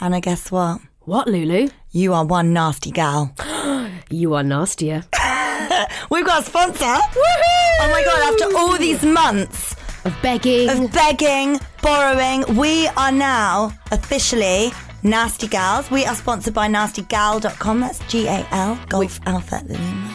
Anna, guess what? What, Lulu? You are one nasty gal. You are nastier. We've got a sponsor. Oh my god, after all these months Of begging. of begging, borrowing, we are now officially Nasty Gals. We are sponsored by nastygal.com. That's G A L, Golf Alpha Lima.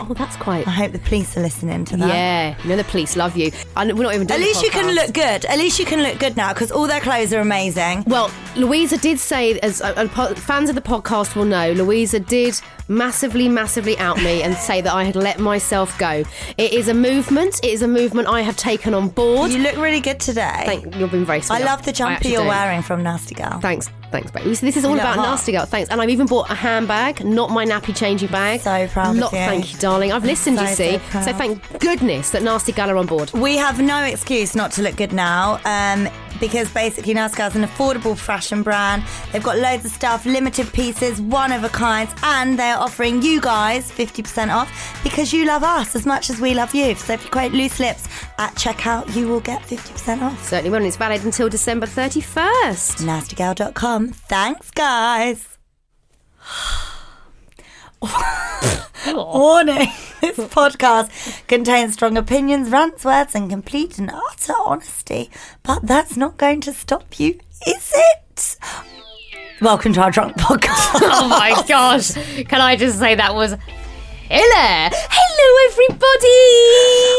oh, that's quite. I hope the police are listening to that. Yeah, you know the police love you. And we're not even. Doing At the least you can podcast. look good. At least you can look good now because all their clothes are amazing. Well, Louisa did say, as uh, uh, po- fans of the podcast will know, Louisa did massively, massively out me and say that I had let myself go. It is a movement. It is a movement I have taken on board. You look really good today. Thank you've been very. I sweet. love the jumper actually you're do. wearing from Nasty Gal. Thanks, thanks, babe. So this is all You look about hot. nasty girl. Thanks, and I've even bought a handbag, not my nappy changing bag. So proud of Lot- you. Thank you, darling. I've listened. you So, see, so proud. so thank goodness that nasty gal are on board. We have no excuse not to look good now um, because basically NASCAR's an affordable fashion brand. They've got loads of stuff, limited pieces, one of a kind, and they're offering you guys 50% off because you love us as much as we love you. So if you quote loose lips at checkout, you will get 50% off. Certainly will, and it's valid until December thirty first. NastyGal.com. Thanks, guys. Warning this podcast contains strong opinions, rants, words, and complete and utter honesty. But that's not going to stop you, is it? Welcome to our drunk podcast. Oh my gosh. Can I just say that was Hello! Hello everybody!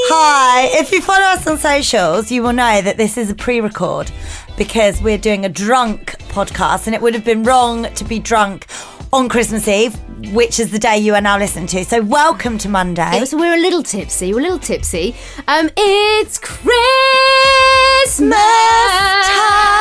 Hi, if you follow us on socials, you will know that this is a pre record because we're doing a drunk podcast and it would have been wrong to be drunk on Christmas Eve, which is the day you are now listening to. So, welcome to Monday. Yeah, so we're a little tipsy. We're a little tipsy. Um, it's Christmas time.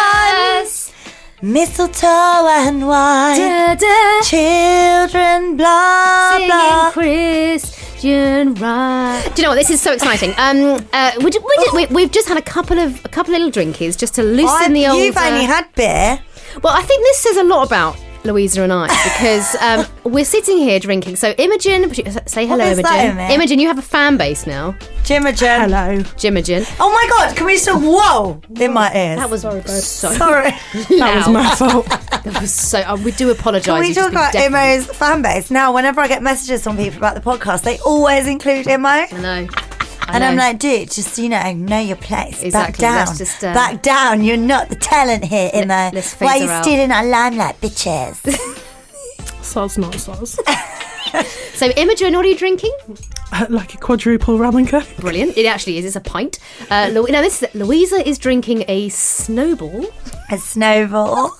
Mistletoe and wine, Da, da, children, blah, blah. singing Christian rock. Do you know what? This is so exciting. Um, uh, we, ju- we, ju- we, we've just had a couple of a couple of little drinkies just to loosen the old. You've uh, only had beer. Well, I think this says a lot about Louisa and I because um, we're sitting here drinking. So, Imogen, say hello, is Imogen. that, Imogen? Imogen, you have a fan base now. Jimogen. Hello. Jimogen. Oh my god, can we just talk? Whoa! In my ears. That was so Sorry. That was my fault. that was so. Uh, we do apologise. Can we You've just talk been about deafened. Imo's fan base? Now, whenever I get messages from people about the podcast, they always include Imo. And No. I'm like, dude, just, you know, know your place. Back Exactly, down. let's just, uh, Back down. You're not the talent here, Imo. let's phase Why are you her out. stealing our limelight, bitches? Soz not soz. so Imogen, what are you drinking? like a quadruple rum and coke. Brilliant. It actually is. It's a pint. Uh, Lu- now this is, Louisa is drinking a snowball A snowball.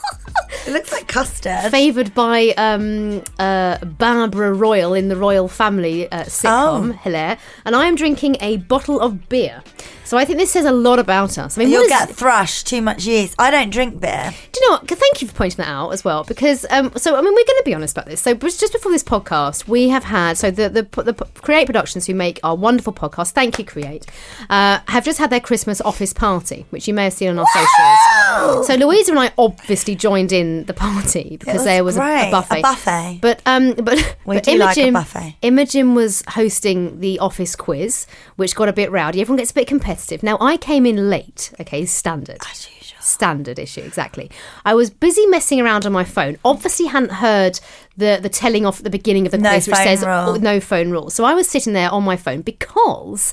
it looks like custard. favoured by um, uh, Barbara Royal in the Royal Family uh, sitcom. Oh. Hilaire. And I am drinking a bottle of beer. So I think this says a lot about us. I mean, what You'll is- get thrush, too much yeast. I don't drink beer. Do you know what? Thank you for pointing that out as well, because um, so I mean we're going to be honest about this. So but just before this podcast, we have had so the the, the Create Productions who make our wonderful podcast. Thank you, Create. Uh, have just had their Christmas office party, which you may have seen on our Oh! socials. So Louisa and I obviously joined in the party because was there was a, great, a a buffet. buffet. But um, but We but do like a Imogen- buffet. Imogen was hosting the office quiz, which got a bit rowdy. Everyone gets a bit competitive. Now I came in late. Okay, standard. As usual. Standard issue, exactly. I was busy messing around on my phone. Obviously, hadn't heard the the telling off at the beginning of the No quiz, which phone says rule. "Oh, no phone rule. So I was sitting there on my phone because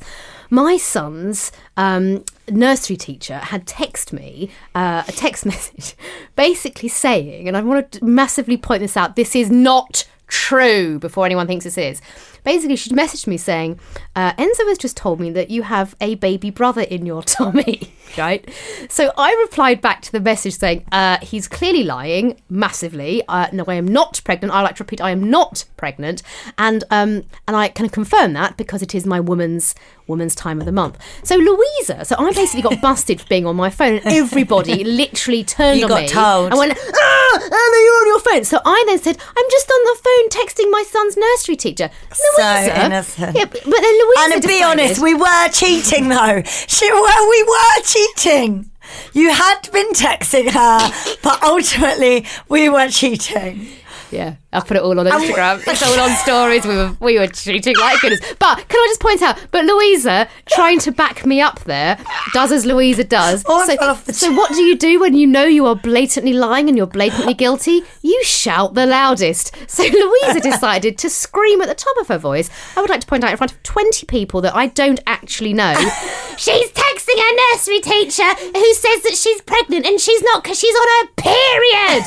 my son's um, nursery teacher had texted me uh, a text message, basically saying, and I want to massively point this out: this is not true. Before anyone thinks this is. Basically, she messaged me saying, uh, Enzo has just told me that you have a baby brother in your tummy, right? So I replied back to the message saying, uh, he's clearly lying massively. Uh, no, I am not pregnant. I like to repeat, I am not pregnant. And um, and I can confirm that because it is my woman's woman's time of the month. So Louisa, so I basically got busted for being on my phone and everybody literally turned You on got me told. and went, ah, Emma, you're on your phone. So I then said, I'm just on the phone texting my son's nursery teacher. So Louisa. innocent. Yeah, but but then Louisa And to be decided- honest, we were cheating though. She were, we were cheating. You had been texting her, but ultimately we were cheating. Yeah, I put it all on Instagram. it's all on stories. We were we were cheating like goodness. But can I just point out? But Louisa trying to back me up there does as Louisa does. Oh, I so, fell off the so what do you do when you know you are blatantly lying and you're blatantly guilty? You shout the loudest. So Louisa decided to scream at the top of her voice. I would like to point out in front of twenty people that I don't actually know. She's texting her nursery teacher who says that she's pregnant and she's not because she's on her period.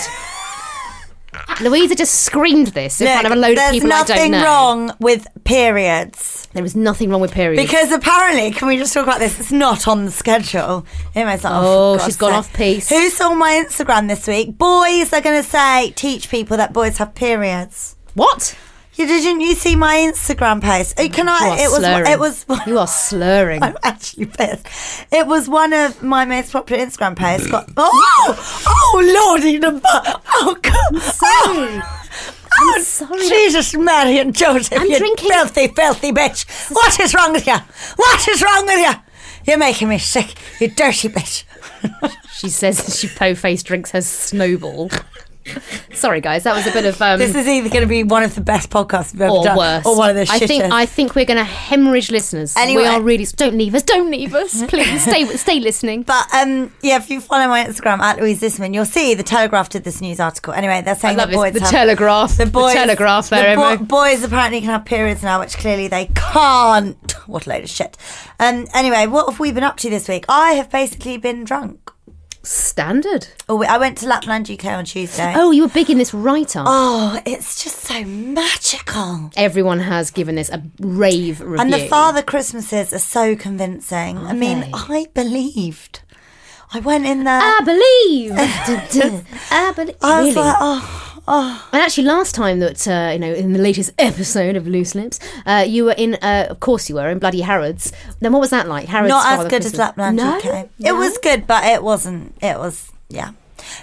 Louisa just screamed this in front of a load of there's people I don't nothing know. wrong with periods There was nothing wrong with periods. because apparently, can we just talk about this? It's not on the schedule. Emma's like, Oh, for God's she's gone sake. off piece. Who saw my Instagram this week? Boys are going to say teach people that boys have periods. what? You didn't you see my Instagram post? Uh, Can You I? are It was slurring. it was You are slurring. I'm actually pissed. It was one of my most popular Instagram posts. Got, oh, oh, lordy, the bu- oh, God, sorry. Oh, sorry. Jesus, Mary and Joseph, I'm you drinking- filthy, filthy bitch. What is wrong with you? What is wrong with you? You're making me sick, you dirty bitch. She says she po face drinks her snowball. Sorry, guys, that was a bit of um, This is either going to be one of the best podcasts we've ever or done, worse. or one of the I think shittest. I think we're going to hemorrhage listeners. Anyway. We are really don't leave us. Don't leave us, please. stay stay listening. But um, yeah, if you follow my Instagram at Louise Zisman, you'll see the Telegraph did this news article. Anyway, they're saying love that this. boys The have- Telegraph. The Telegraph there, the Emma. boys apparently can have periods now, which clearly they can't. What a load of shit. Um, anyway, what have we been up to this week? I have basically been drunk. Standard. Oh, I went to Lapland UK on Tuesday. Oh, you were big in this right arm. Oh, it's just so magical. Everyone has given this a rave review. And the Father Christmases are so convincing. I mean, they? I believed. I went in there. I believe. I believe. I was Really? like, oh, And actually, last time that uh, you know, in the latest episode of Loose Lips, uh, you were in. Uh, of course, you were in bloody Harrods. Then what was that like? Harrods. not as Father good as Christmas. Lapland No, UK. It no? was good, but it wasn't. It was, yeah.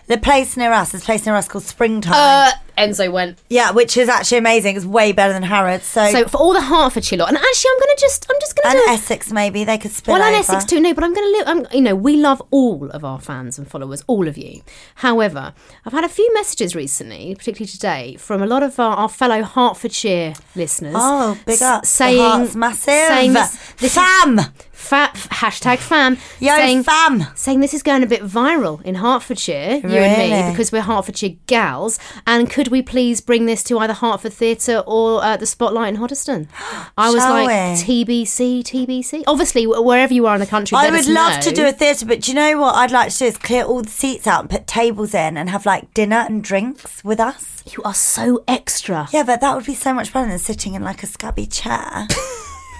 The place near us, this place near us called Springtime. Uh, Enzo went. Yeah, which is actually amazing. It's way better than Harrods. So, So for all the Hertfordshire lot, and actually, I'm going to just, I'm just going and to do. Essex maybe they could spill well, and over. Essex too. No, but I'm going to. I'm, you know, we love all of our fans and followers, all of you. However, I've had a few messages recently, particularly today, from a lot of our, our fellow Hertfordshire listeners. Oh, big s- up! Saying, the heart's massive. Saying this, this is- fam, fa- f- hashtag fam. yo saying, fam. saying this is going a bit viral in Hertfordshire, you and me, Really? because we're Hertfordshire gals. And could we please bring this to either Hertford Theatre or uh, the Spotlight in Hoddesdon? I was Shall like, we? TBC, TBC. Obviously, wh- wherever you are in the country, I let would us love know. to do a theatre, but do you know what I'd like to do is clear all the seats out and put tables in and have like dinner and drinks with us. You are so extra. Yeah, but that would be so much better than sitting in like a scabby chair.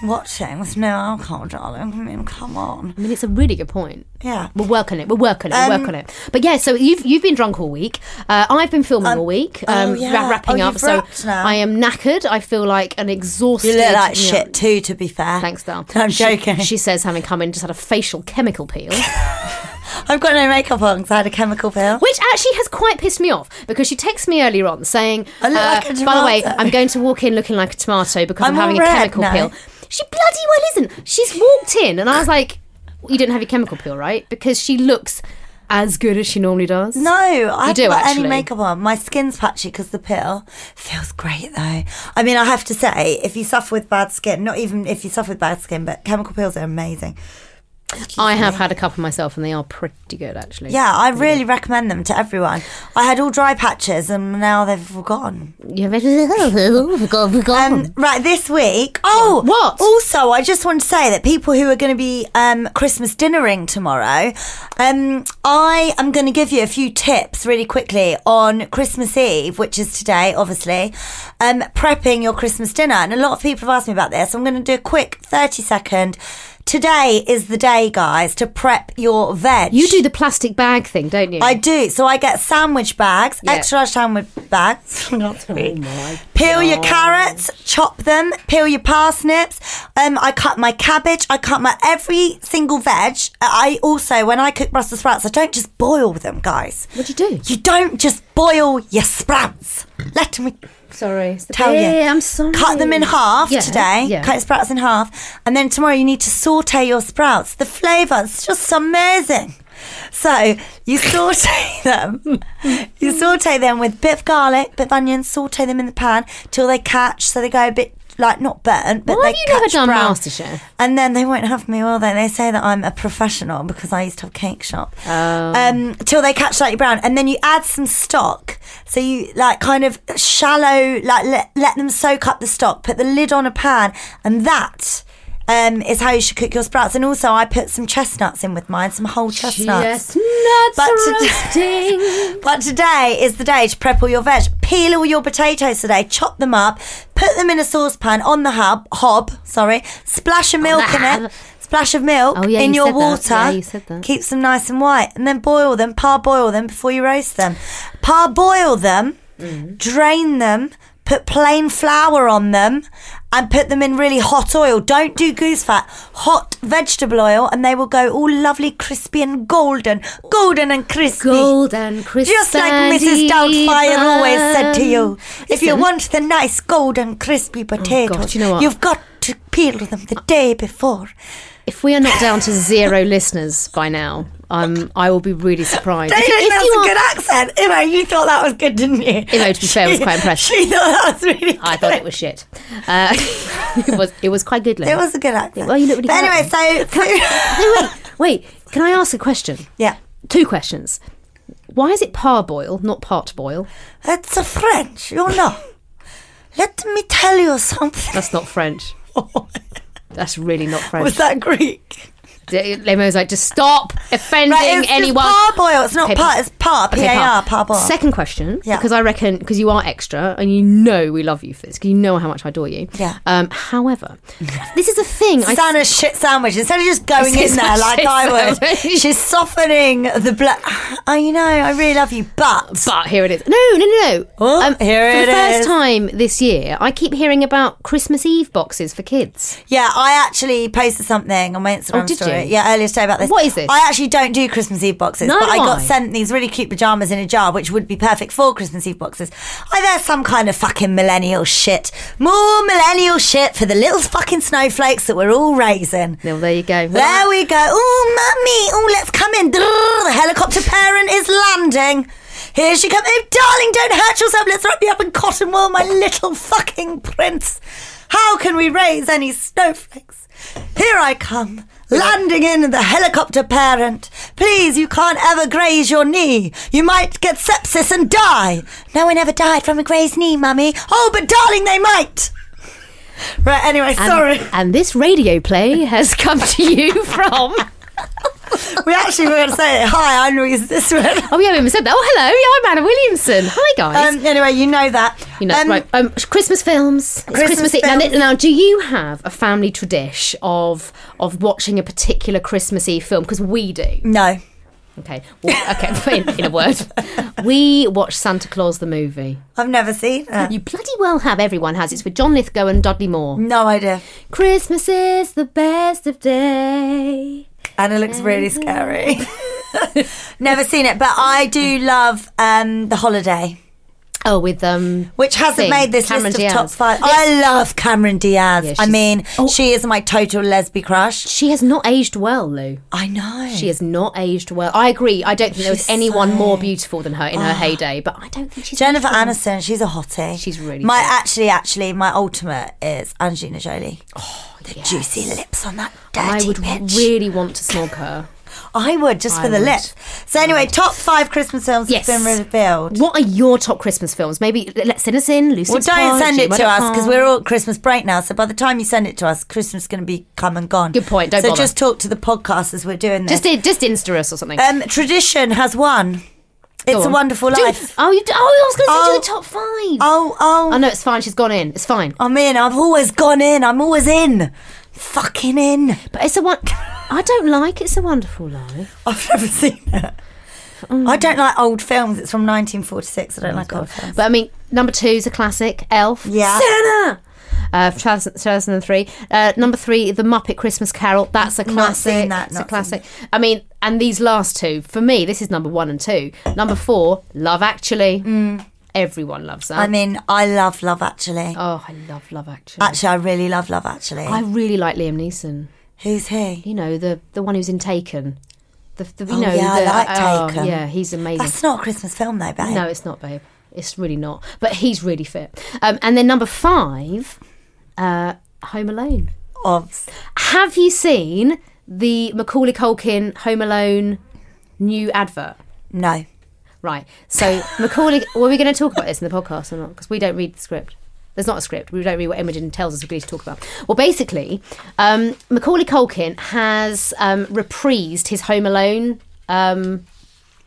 Watching with no alcohol, darling. I mean, come on. I mean, it's a really good point. Yeah. Um, We'll work on it. We'll work on it. we'll work on it. But yeah, so you've you've been drunk all week. Uh, I've been filming all week. Um, yeah. ra- wrapping Oh, up. you've So wrapped now. I am knackered. I feel like an exhausted. You look like you know, shit too, to be fair. Thanks, Dal. No, I'm She- joking. She, says having come in just had a facial chemical peel, I've got no makeup on because I had a chemical peel. which actually has quite pissed me off because she texted me earlier on saying, uh, I look like a "By the way, tomato." I'm going to walk in looking like a tomato because I'm, I'm all having a red chemical now. peel." She bloody well isn't. She's walked in and I was like, "You didn't have your chemical peel, right?" Because she looks as good as she normally does. No, I do, haven't got actually. any makeup on. My skin's patchy because the pill feels great though. I mean, I have to say, if you suffer with bad skin, not even if you suffer with bad skin, but chemical pills are amazing. I have had a couple myself, and they are pretty good actually. Yeah, I really recommend them to everyone. I had all dry patches and now they've all gone. Yeah, but- We've gone, we've gone. Um, right, this week. Oh, What? Also, I just want to say that people who are going to be um, Christmas dinnering tomorrow, um, I am going to give you a few tips really quickly on Christmas Eve, which is today, obviously, um, prepping your Christmas dinner. And a lot of people have asked me about this. I'm going to do a quick 30 second. Today is the day, guys, to prep your veg. You do the plastic bag thing, don't you? I do. So I get sandwich bags, extra large sandwich bags. Not oh sweet. Peel your carrots, chop them, peel your parsnips. Um, I cut my cabbage. I cut my every single veg. I also, when I cook Brussels sprouts, I don't just boil them, guys. What do you do? You don't just boil your sprouts. Let me Sorry, it's the tell you. Yeah, I'm sorry. Cut them in half Yeah, today. yeah. Cut your sprouts in half. And then tomorrow you need to saute your sprouts. The flavour is just amazing. So you saute them. You saute them with bit of garlic, bit of onion, saute them in the pan till they catch, so they go a bit like not burnt, but Why have they you never catch done brown. MasterChef? And then they won't have me, will they? They say that I'm a professional because I used to have a cake shop. Um, till they catch slightly brown, and then you add some stock. So you like kind of shallow, like let, let them soak up the stock. Put the lid on a pan, and that um, is how you should cook your sprouts. And also, I put some chestnuts in with mine, some whole chestnuts. Chestnuts But to- roasting. But today is the day to prep all your veg. Peel all your potatoes today, chop them up, put them in a saucepan on the hub, hob, sorry, splash of milk in it. Splash of milk Oh, yeah, in you your said that. water Yeah, you said that. keeps them nice and white, and then boil them, parboil them before you roast them. Parboil them, drain them, put plain flour on them, and put them in really hot oil. Don't do goose fat, hot vegetable oil, and they will go all lovely, crispy, and golden, golden and crispy. Golden crisp. Just like Mrs. Doubtfire always said to you, if you want the nice golden crispy potatoes, Oh, God, you know what? have got to peel them the day before. If we are not down to zero listeners by now, um, I will be really surprised. David, If- if that's you a are- good accent. Anyway, you thought that was good, didn't you? Imo, to be fair, was quite impressed. She thought that was really good. I thought it was shit. Uh, it was. It was quite good. Lynn. It was a good accent. Well, you look really but good anyway, so... No, wait, wait. Can I ask a question? yeah. Two questions. Why is it parboil, not part boil? It's a French, you know. Let me tell you something. That's not French. That's really not French. Was that Greek? D- Lemo's like, just stop offending Right, it's anyone. Just parboil. It's not Okay, par, it's par, Okay, P-A-R, par. parboil. Second question, Yeah. because I reckon because you are extra and you know we love you for this, because you know how much I adore you. Yeah. Um, however, this is a thing. I Susanna's shit sandwich. Instead of just going in Susanna's there like shit I would, sandwich. she's softening the blood. I know, I really love you, but but here it is. No, no, no, no. Oh, here for it the is. first time this year, I keep hearing about Christmas Eve boxes for kids. Yeah, I actually posted something on my Instagram Oh, did story. you? Yeah, earlier today about this. What is this? I actually don't do Christmas Eve boxes, Neither but I do got I. sent these really cute pajamas in a jar, which would be perfect for Christmas Eve boxes. I there's some kind of fucking millennial shit. More millennial shit for the little fucking snowflakes that we're all raising. Well, there you go. There we go. Oh, mummy. Oh, let's come in. Drrr, the helicopter parent is landing. Here she comes. Oh, darling, don't hurt yourself. Let's wrap you up in cotton wool, my little fucking prince. How can we raise any snowflakes? Here I come, landing in the helicopter parent. Please, you can't ever graze your knee. You might get sepsis and die. No one ever died from a grazed knee, mummy. Oh, but darling, they might. Right, anyway, And- sorry. And this radio play has come to you from. We actually were going to say, hi, I'm Louise this one. Oh, we haven't even said that. Oh, hello. Yeah, I'm Anna Williamson. Hi, guys. Um, anyway, you know that. you know, Um, right? Um, Christmas films. It's Christmas Christmas, Eve. Now, films. now, do you have a family tradition of of watching a particular Christmas Eve film? Because we do. No. Okay. Well, okay. In, in a word, we watch Santa Claus the movie. I've never seen it. You bloody well have. Everyone has. It's with John Lithgow and Dudley Moore. No idea. Christmas is the best of day. Anna looks really Mm-hmm. Mm. scary. never seen it, but I do love um, The Holiday. Oh, with um, Which hasn't thing, made this Cameron list Diaz. of top five. I love Cameron Diaz. Yeah, I she's- Oh. mean, she is my total lesbian crush. She has not aged well, Lou. I know. She has not aged well. I agree. I don't think there Oh. was She's anyone so- Ah. more beautiful than her in her heyday, but I don't think she's Jennifer aged well. Aniston, she's a hottie. She's really my good. actually, actually, my ultimate is Angelina Jolie. Oh, the juicy lips on that I dirty would bitch. really want to snog her. I would just I for the would. lips. So anyway, top five Christmas films Yes. have been revealed. What are your top Christmas films? Maybe let's send us in. Lucy, Well, don't send it to us because we're all at Christmas break now. So by the time you send it to us, Christmas is going to be come and gone. Good point, don't so bother. just talk to the podcast as we're doing this. just in- just Insta us or something. um, tradition has won. Go It's a on. Wonderful Do- Life. oh, you, d- oh, I was going to say Oh. do the top five. Oh, oh, Oh no, it's fine. She's gone in. It's fine. I'm in. I've always gone in. I'm always in. Fucking in. But it's a one. I don't like. It's a Wonderful Life. I've never seen it. Mm. I don't like old films. It's from 1946. I don't like old films. But I mean, number two is a classic. Elf. Yeah. Santa. Uh, 2000 2003. Uh, number three, The Muppet Christmas Carol. That's a classic. seen that, It's not a classic. I mean, and these last two, for me, this is number one and two. Number four, Love Actually. Everyone loves that. Mm. I mean, I love Love Actually. oh, I love Love Actually. Actually, I really love Love Actually. I really like Liam Neeson. Who's he? You know, the the one who's in Taken. The, the, you Oh, know, yeah, I the- like oh, Taken. yeah, he's amazing. That's not a Christmas film, though, babe. No, it's not, babe. It's really not. But he's really fit. Um, and then number five, uh, Home Alone. Obs. Have you seen the Macaulay Culkin Home Alone new advert? No. Right. So Macaulay, were we going to talk about this in the podcast or not? Because we don't read the script. There's not a script. We don't read what Imogen tells us we need to talk about. Well, basically, um, Macaulay Culkin has um, reprised his Home Alone um,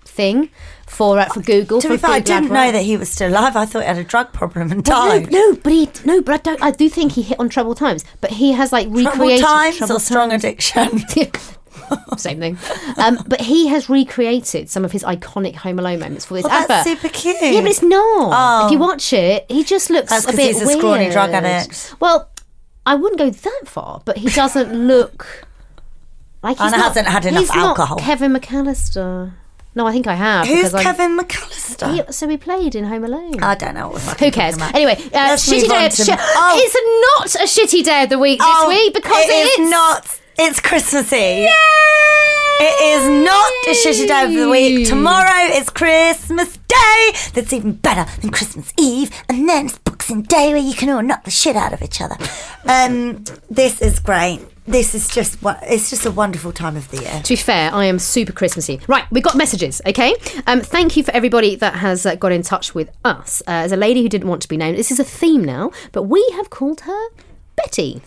thing for uh, for Google. To for be a fair, I Google didn't advert. know that he was still alive. I thought he had a drug problem and Well, died. No, no, but he no, but I don't. I do think he hit on troubled times, but he has like Trouble recreated times troubled or strong addiction? times. Same thing, um, but he has recreated some of his iconic Home Alone moments for this Well, that's advert. super cute. Yeah, but it's not. Oh. If you watch it, he just looks That's a 'cause bit he's a scrawny drug weird. addict. Well, I wouldn't go that far, but he doesn't look like he's And not, hasn't had enough he's not alcohol. Kevin McAllister. No, I think I have. Who's because I- Kevin McAllister? He- so he played in Home Alone. I don't know. What we're Who fucking cares? talking about. Anyway, uh, Let's shitty move day on of to- shi- Oh. It's not a shitty day of the week this Oh, week because it is not. It's Christmas Eve. It is not a shitty day of the week. Tomorrow is Christmas Day. That's even better than Christmas Eve. And then it's Boxing Day where you can all knock the shit out of each other. Um, this is great. This is just what it's just a wonderful time of the year. To be fair, I am super Christmassy. Right, we've got messages, okay? Um, thank you for everybody that has uh, got in touch with us. Uh, as a lady who didn't want to be named, this is a theme now, but we have called her Betty.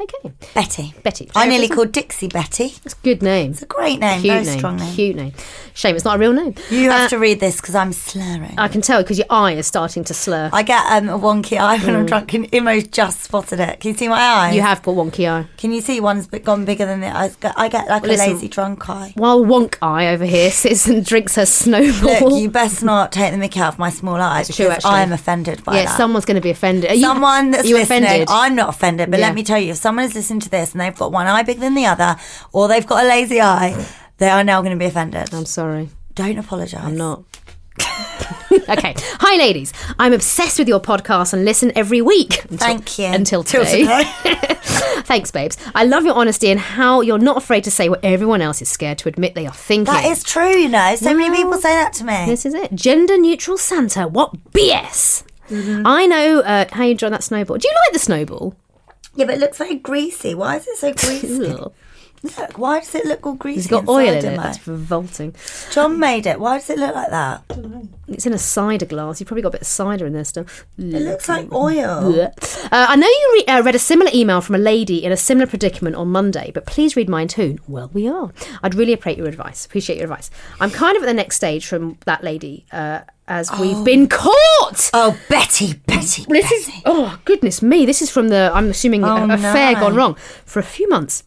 Okay, Betty. Betty. I nearly called Dixie Betty. That's a good name. It's a great name, Cute very name. strong name. Cute name. Shame it's not a real name. You Uh, have to read this because I'm slurring. I can tell because your eye is starting to slur. I get um, a wonky eye when I'm drunk, and Imo's just spotted it. Can you see my eye? you have got wonky eye. Can you see one's bit- gone bigger than the other? I get like Listen. a lazy drunk eye. While wonk eye over here sits and drinks her snowball. Look, you best not take the mickey out of my small eye true, because actually. I am offended by yeah, that. someone's going to be offended. Are you- Someone that's you listening, offended? I'm not offended, but Yeah. let me tell you, if someone is listening to this and they've got one eye bigger than the other, or they've got a lazy eye, they are now going to be offended. I'm sorry. Don't apologise. I'm not. okay. Hi, ladies. I'm obsessed with your podcast and listen every week. Until, Thank you. Until Till today. Thanks, babes. I love your honesty and how you're not afraid to say what everyone else is scared to admit they are thinking. That is true, you know. So many people say that to me. This is it. Gender neutral Santa. What BS. I know uh, how you draw that snowball. Do you like the snowball? Yeah, but it looks very greasy. Why is it so greasy? Ugh. Look, why does it look all greasy? It's got inside, oil in it. Imo? That's revolting. John made it. Why does it look like that? It's in a cider glass. You've probably got a bit of cider in there still. It looks like oil. Uh, I know you re- uh, read a similar email from a lady in a similar predicament on Monday, but please read mine too. Well, we are. I'd really appreciate your advice. Appreciate your advice. I'm kind of at the next stage from that lady, uh, as we've been caught. Oh, Betty, Betty, This Betty. is oh goodness me! This is from the I'm assuming a, Oh, a fair no. gone wrong for a few months.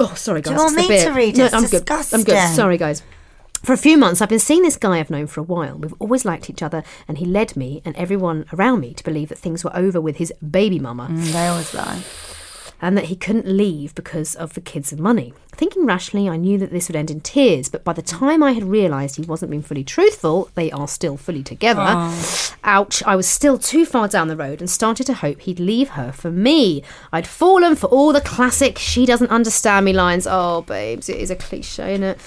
Oh, sorry guys. you want it's the me to beer. read it? No, It's I'm good. I'm good. disgusting. Sorry guys. For a few months, I've been seeing this guy I've known for a while. We've always liked each other, and he led me and everyone around me to believe that things were over with his baby mama Mm. They always lie. and that he couldn't leave because of the kids and money. Thinking rationally, I knew that this would end in tears, but by the time I had realised he wasn't being fully truthful, they are still fully together. Ouch, I was still too far down the road and started to hope he'd leave her for me. I'd fallen for all the classic she doesn't understand me lines. Oh, babes, it is a cliche, is it?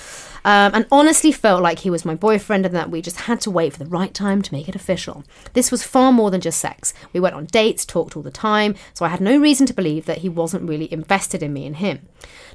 Um, and honestly felt like he was my boyfriend and that we just had to wait for the right time to make it official. This was far more than just sex. We went on dates, talked all the time, so I had no reason to believe that he wasn't really invested in me and him.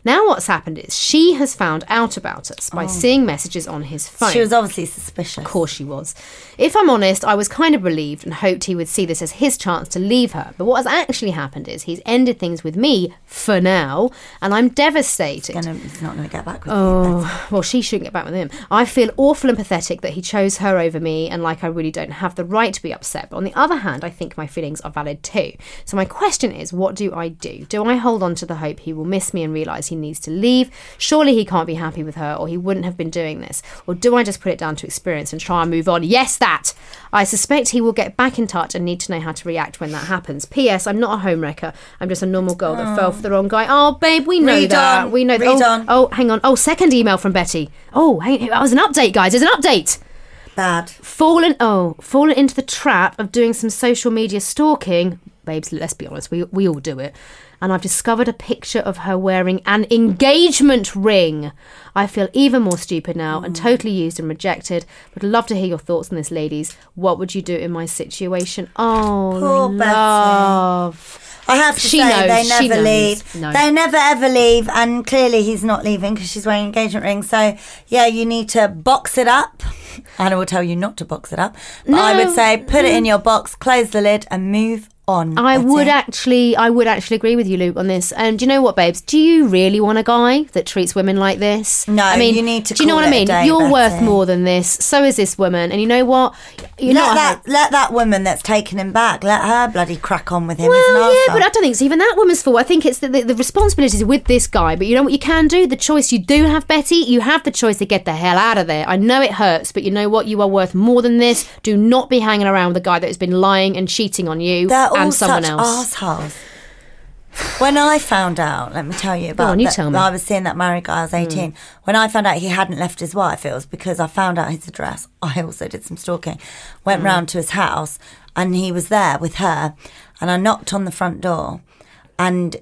Now, what's happened is she has found out about us by seeing messages on his phone. Oh. She was obviously suspicious. Of course she was. If I'm honest, I was kind of relieved and hoped he would see this as his chance to leave her. But what has actually happened is he's ended things with me for now, and I'm devastated. Gonna, he's not going to get back with you. That's- Oh, well, she shouldn't get back with him. I feel awful and pathetic that he chose her over me, and like I really don't have the right to be upset. But on the other hand, I think my feelings are valid too. So my question is, what do I do? Do I hold on to the hope he will miss me and realise he needs to leave? Surely he can't be happy with her, or he wouldn't have been doing this. Or do I just put it down to experience and try and move on? Yes, that. I suspect he will get back in touch and need to know how to react when that happens. P.S. I'm not a homewrecker. I'm just a normal girl that fell for the wrong guy. Oh, babe, we know Read that. on. We know. Read oh, on. Oh, hang on. Oh, second email from Betty. Oh, hang That was an update, guys. There's an update. Bad. Fallen. Oh, fallen into the trap of doing some social media stalking. Babes, let's be honest. We we all do it. And I've discovered a picture of her wearing an engagement ring. I feel even more stupid now Mm. and totally used and rejected. Would love to hear your thoughts on this, ladies. What would you do in my situation? Oh, Poor Betty. love. I have to She say, knows, they she never knows. leave. No. They never ever leave, and clearly he's not leaving because she's wearing engagement ring. So yeah, you need to box it up. Anna will tell you not to box it up, but I would say put it in your box, close the lid, and move on. Mm. I That's would it. actually, I would actually agree with you, Luke, on this. And do you know what, babes? Do you really want a guy that treats women like this? No, I mean, you need to Do you know call what I it a mean? day, You're Betty. worth more than this. So is this woman. And you know what? You let that let that woman that's taken him back. Let her bloody crack on with him. Well, as yeah, an but I arsehole. don't think it's even that woman's fault. I think it's the, the, the responsibility is with this guy. But you know what you can do? The choice you do have, Betty, you have the choice to get the hell out of there. I know it hurts, but you know what? You are worth more than this. Do not be hanging around with a guy that has been lying and cheating on you they're all and someone such else. assholes. When I found out, let me tell you about on, you that- tell me. Hmm. I was seeing that married guy. I was eighteen. When I found out he hadn't left his wife, it was because I found out his address. I also did some stalking. Went Hmm. round to his house, and he was there with her. And I knocked on the front door, and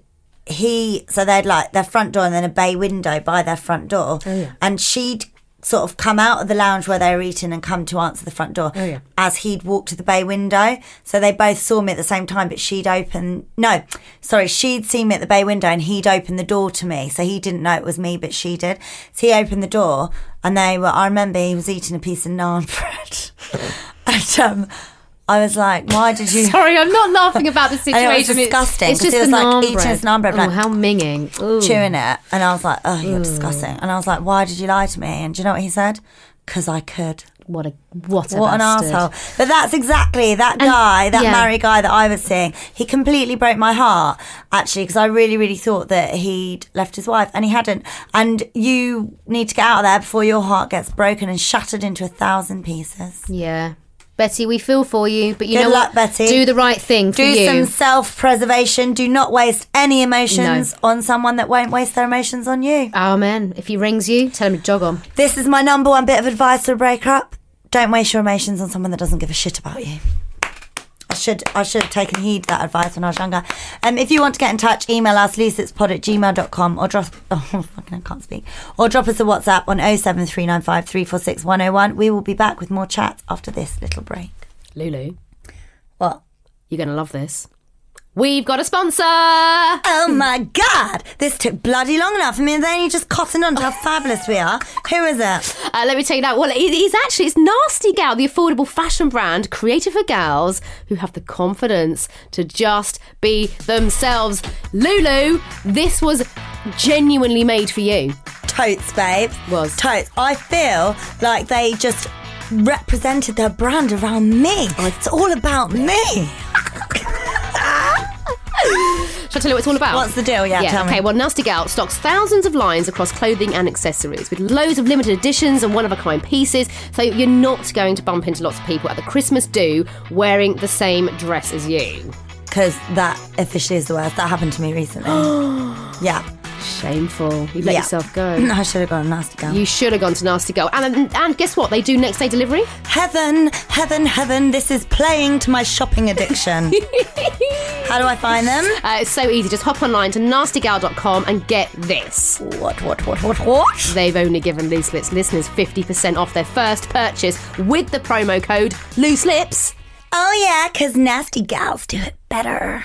he so they'd like their front door and then a bay window by their front door. Oh, And she'd sort of come out of the lounge where they were eating and come to answer the front door Oh, yeah. as he'd walked to the bay window. So they both saw me at the same time, but she'd opened no, sorry, she'd seen me at the bay window and he'd opened the door to me. So he didn't know it was me, but she did. So he opened the door and they were I remember he was eating a piece of naan bread. and um I was like, why did you Sorry, I'm not laughing about the know, situation. it was disgusting, It's, 'cause just it was the like naan eating bread. his naan bread, Oh, like- how minging. Ooh. chewing it. And I was like, oh, you're Mm. disgusting. And I was like, why did you lie to me? And do you know what he said? Because I could. What a what a What an bastard. asshole! But that's exactly that guy, that yeah. married guy that I was seeing. He completely broke my heart, actually, because I really, really thought that he'd left his wife, and he hadn't. And you need to get out of there before your heart gets broken and shattered into a thousand pieces. Yeah. Betty, we feel for you, but you Good know luck, what? Betty. Do the right thing for Do you. some self-preservation. Do not waste any emotions on someone that won't waste their emotions on you. Amen. If he rings you, tell him to jog on. This is my number one bit of advice for a breakup. Don't waste your emotions on someone that doesn't give a shit about you. I should I should have taken heed to that advice when I was younger. Um, if you want to get in touch, email us lucitspod at gmail.com or drop oh fucking I can't speak. Or drop us a WhatsApp on 07395 346 101. We will be back with more chat after this little break. Lulu, What? you're going to love this. We've got a sponsor. Uh, Oh my god! This took bloody long enough. I mean they only just cotton on to how fabulous we are. Who is it? Uh, let me tell you that. Well, it is actually it's Nasty Gal, the affordable fashion brand created for gals who have the confidence to just be themselves. Lulu, this was genuinely made for you. Totes, babe. Was. Totes. I feel like they just represented their brand around me. It's all about me. Shall I tell you what it's all about? What's the deal? Yeah, tell me. okay, well, Nasty Gal stocks thousands of lines across clothing and accessories with loads of limited editions and one of a kind pieces, so you're not going to bump into lots of people at the Christmas do wearing the same dress as you. Because that officially is the worst. That happened to me recently. yeah. Shameful. You let Yeah. yourself go. I should have gone a nasty girl. You should have gone to Nasty Girl. And, and guess what? They do next day delivery. Heaven, heaven, heaven, this is playing to my shopping addiction. How do I find them? Uh, it's so easy. Just hop online to nastygal.com and get this. What, what, what, what, what? They've only given Loose Lips listeners 50% off their first purchase with the promo code Loose Lips. Oh, yeah, because nasty gals do it better.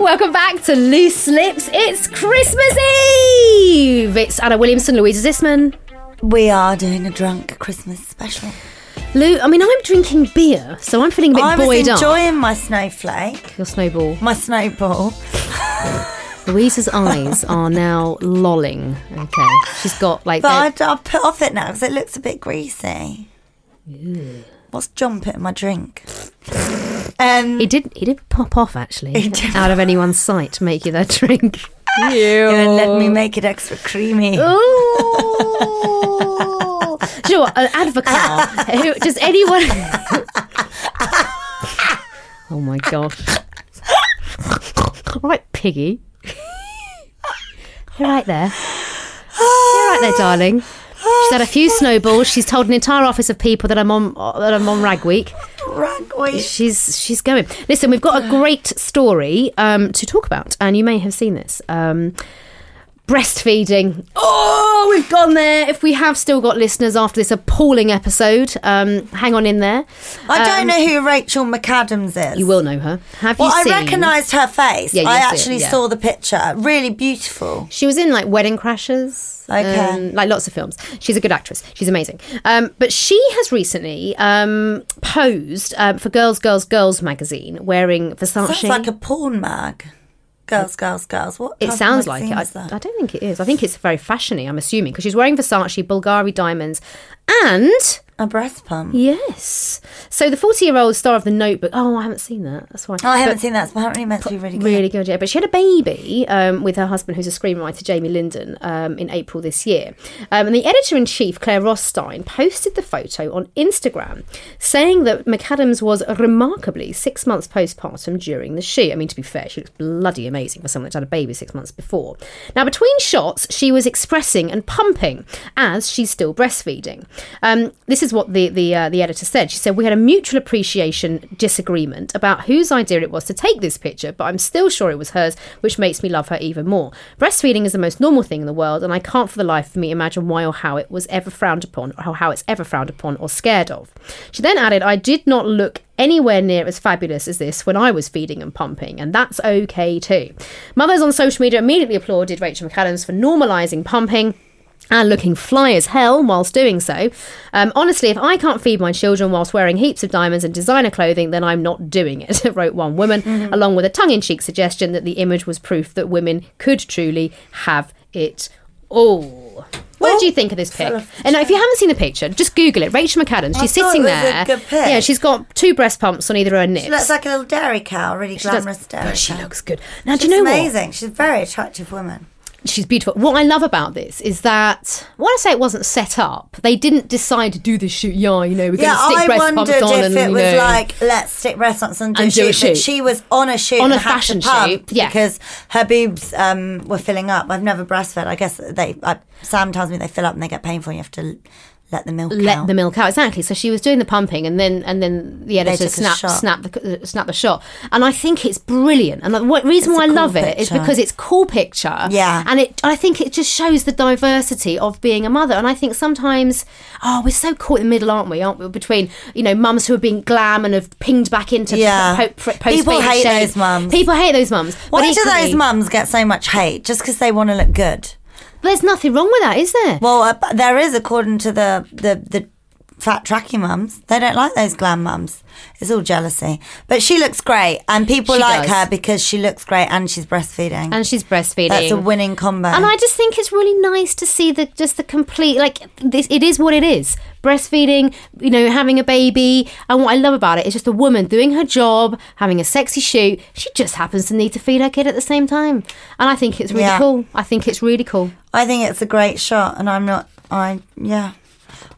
Welcome back to Loose Lips. It's Christmas Eve. It's Anna Williamson, Louisa Zisman. We are doing a drunk Christmas special. Lou, I mean, I'm drinking beer, so I'm feeling a bit I was buoyed up. enjoying my snowflake, Your snowball. my snowball. Louisa's eyes are now lolling. Okay, she's got like. But I'll, I'll put off it now because it looks a bit greasy. What's John put in my drink? Um, He did. He did pop off actually, He did. out of anyone's sight, to make you their drink. you let Oh. me make it extra creamy. Ooh. Do you know what? An advocate. Who, does anyone? oh my god! All right, piggy. You're right there. You're right there, darling. She's had a few snowballs. She's told an entire office of people that I'm on that I'm on rag week. Ragweed. She's she's going. Listen, we've got a great story um, to talk about, and you may have seen this. Um, breastfeeding. Oh, we've gone there. If we have still got listeners after this appalling episode, um, hang on in there. I don't know who Rachel McAdams is. Um, You will know her. Have Well, you I seen? recognised her face. Yeah, you I see it, actually yeah. saw the picture. Really beautiful. She was in like Wedding Crashers, Okay. um, like lots of films. She's a good actress. She's amazing. Um, but she has recently um, posed um, for Girls, Girls, Girls magazine wearing Versace. Sounds like a porn mag. Girls, girls, girls. What? It type of sounds like it. magazine I, is that? I don't think it is. I think it's very fashiony, I'm assuming, because she's wearing Versace, Bulgari diamonds, and A breast pump. yes. So the 40 year old star of The Notebook. Oh, I haven't seen that. That's why. Oh, I haven't But- seen that. It's apparently meant to be really good. Really good, yeah. But she had a baby um, with her husband, who's a screenwriter, Jamie Linden, um, in April this year. Um, and the editor in chief, Claire Rothstein, posted the photo on Instagram, saying that McAdams was remarkably six months postpartum during the shoot. I mean, to be fair, she looks bloody amazing for someone that's had a baby six months before. Now, between shots, she was expressing and pumping as she's still breastfeeding. Um, this is what the the uh, the editor said. She said we had a mutual appreciation disagreement about whose idea it was to take this picture, but I'm still sure it was hers, which makes me love her even more. Breastfeeding is the most normal thing in the world, and I can't for the life of me imagine why or how it was ever frowned upon, or how it's ever frowned upon or scared of. She then added, I did not look anywhere near as fabulous as this when I was feeding and pumping, and that's okay too. Mothers on social media immediately applauded Rachel McAdams for normalising pumping and looking fly as hell whilst doing so. Um, honestly, if I can't feed my children whilst wearing heaps of diamonds and designer clothing, then I'm not doing it, wrote one woman, Mm-hmm. along with a tongue in cheek suggestion that the image was proof that women could truly have it all. What Oh, do you think of this pic? And like, if you haven't seen the picture, just Google it. Rachel McAdams. She's thought it sitting was a there. good pic. Yeah, she's got two breast pumps on either her nips. She looks like a little dairy cow, a really does, glamorous dairy but she cow. looks good. Now, She's do you know what? amazing. She's a very attractive woman. she's beautiful. What I love about this is that when I say it wasn't set up, they didn't decide to do this shoot. Yeah, you know, we're Yeah, going to stick I breast wondered pumps if on it and was you know, like let's stick breast pumps on and do, And a do a shoot, but shoot. she was on a shoot, and On a had to fashion pump shoot, yeah. because her boobs um, were filling up. I've never breastfed. I guess they. I, Sam tells me they fill up and they get painful, and you have to l- let the milk let out. the milk out exactly. So she was doing the pumping, and then and then the editor took a snapped shot. snapped the uh, snapped the shot. And I think it's brilliant. And the what, reason It's a why I cool love it is picture. because it's cool picture. Yeah. and it I think it just shows the diversity of being a mother. And I think sometimes oh we're so caught in the middle, aren't we? Aren't we between you know mums who have been glam and have pinged back into Yeah. po- pre- post People baby hate shows. those mums. People hate those mums. Why But do equally- those mums get so much hate just because they want to look good? There's nothing wrong with that, is there? Well, uh, but there is, according to the the the fat tracky mums, they don't like those glam mums. It's all jealousy. But she looks great, and people She like does. her because she looks great and she's breastfeeding. and she's breastfeeding. that's a winning combo. And I just think it's really nice to see the just the complete like this. It is what it is. Breastfeeding, you know, having a baby, and what I love about it is just a woman doing her job, having a sexy shoot. She just happens to need to feed her kid at the same time, and I think it's really Yeah. cool. I think it's really cool. I think it's a great shot, and I'm not. I yeah.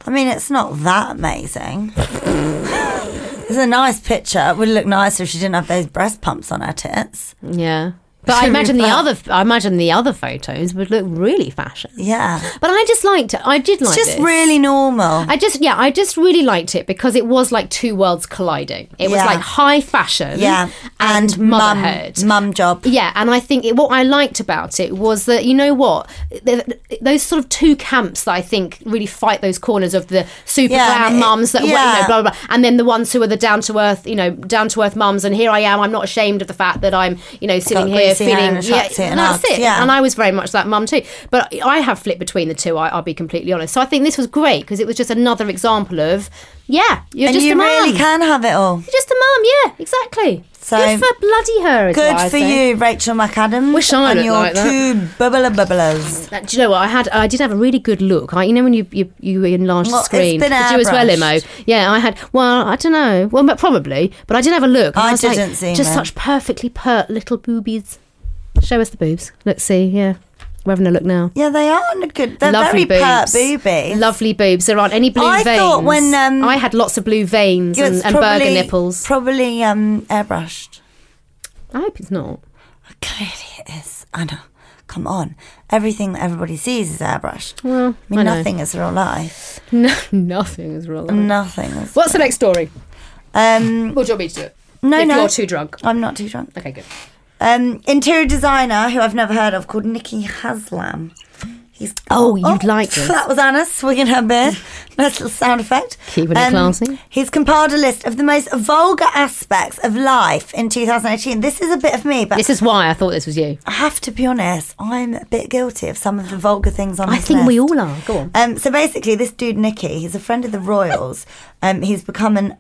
I mean, it's not that amazing. it's a nice picture. It would look nicer if she didn't have those breast pumps on her tits. Yeah, but I imagine the other, I imagine the other photos would look really fashion. Yeah, But I just liked, I did like it's just this. really normal. I just yeah, I just really liked it because it was like two worlds colliding. It was Yeah. like high fashion, yeah, and, mum- motherhood. mum job. yeah, and I think it, what I liked about it was that you know what, Th- th- those sort of two camps that I think really fight those corners of the super Yeah, glam and it- mums that you know, yeah. blah blah blah, and then the ones who are the down to earth, you know, down to earth mums. And here I am, I'm not ashamed of the fact that I'm, you know, sitting Got here greasy hair feeling, and a yeah, tracksuit and and that's abs, it. yeah. And I was very much that mum too, but I have flipped between the two. I, I'll be completely honest. So I think this was great because it was just another example of, yeah, you're and just you a mum. really can have it all. You're just a mum, yeah, exactly. So- good for bloody her. Is Good what I for think. you, Rachel McAdams. Wish I and looked your like that. two bubbler bubblers. Uh, Do you know what I had? I did have a really good look. I, you know when you you, you enlarge Well, the it's screen. been did you as well, airbrushed. Imo? Yeah, I had. Well, I don't know. Well, but probably. But I did have a look. and I was didn't like, see Just them. such perfectly pert little boobies. Show us the boobs. Let's see. Yeah, we're having a look now. Yeah, they are good. They're Lovely very pert boobs. boobies. Lovely boobs. There aren't any blue I veins. thought when, um, I had lots of blue veins and, It's and burger nipples. Probably um, airbrushed. I hope it's not. Clearly it is. I know. Come on. Everything that everybody sees is airbrushed. Well, I mean, I know. nothing Mm. is real life. No, nothing is wrong. Nothing is. What's the next story? Um, Or do you want me to do it? no, if no. You're too drunk. I'm not too drunk. Okay, good. Um, interior designer who I've never heard of called Nikki Haslam. He's Oh, you'd like this. That was Anna swinging her beer. nice little sound effect. Um, Keeping it classy. He's compiled a list of the most vulgar aspects of life in 2018. This is a bit of me, but This is why I thought this was you. I have to be honest. I'm a bit guilty of some of the vulgar things on. I this think we list. all are. Go on. Um, so basically, this dude Nicky, he's a friend of the royals. Um, he's become an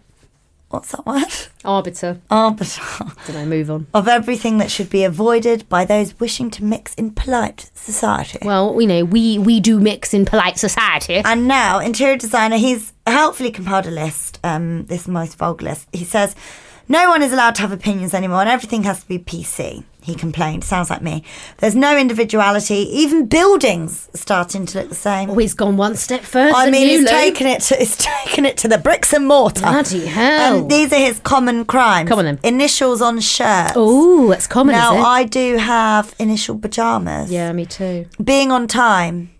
what's that word? Arbiter. Arbiter Did I move on? Oh, of everything that should be avoided by those wishing to mix in polite society. Well, we know we we do mix in polite society. and now, interior designer, he's helpfully compiled a list, um, this most vulgar list. He says, No one is allowed to have opinions anymore, and everything has to be PC. He complained. Sounds like me. There's no individuality. Even buildings are starting to look the same. Always gone one step further. I than mean, you, he's Lou. taken it. To, he's taken it to the bricks and mortar. Bloody hell. Um, these are his common crimes. Come on then. Initials on shirts. Ooh, that's common, now is it? I do have initial pajamas. yeah, me too. Being on time.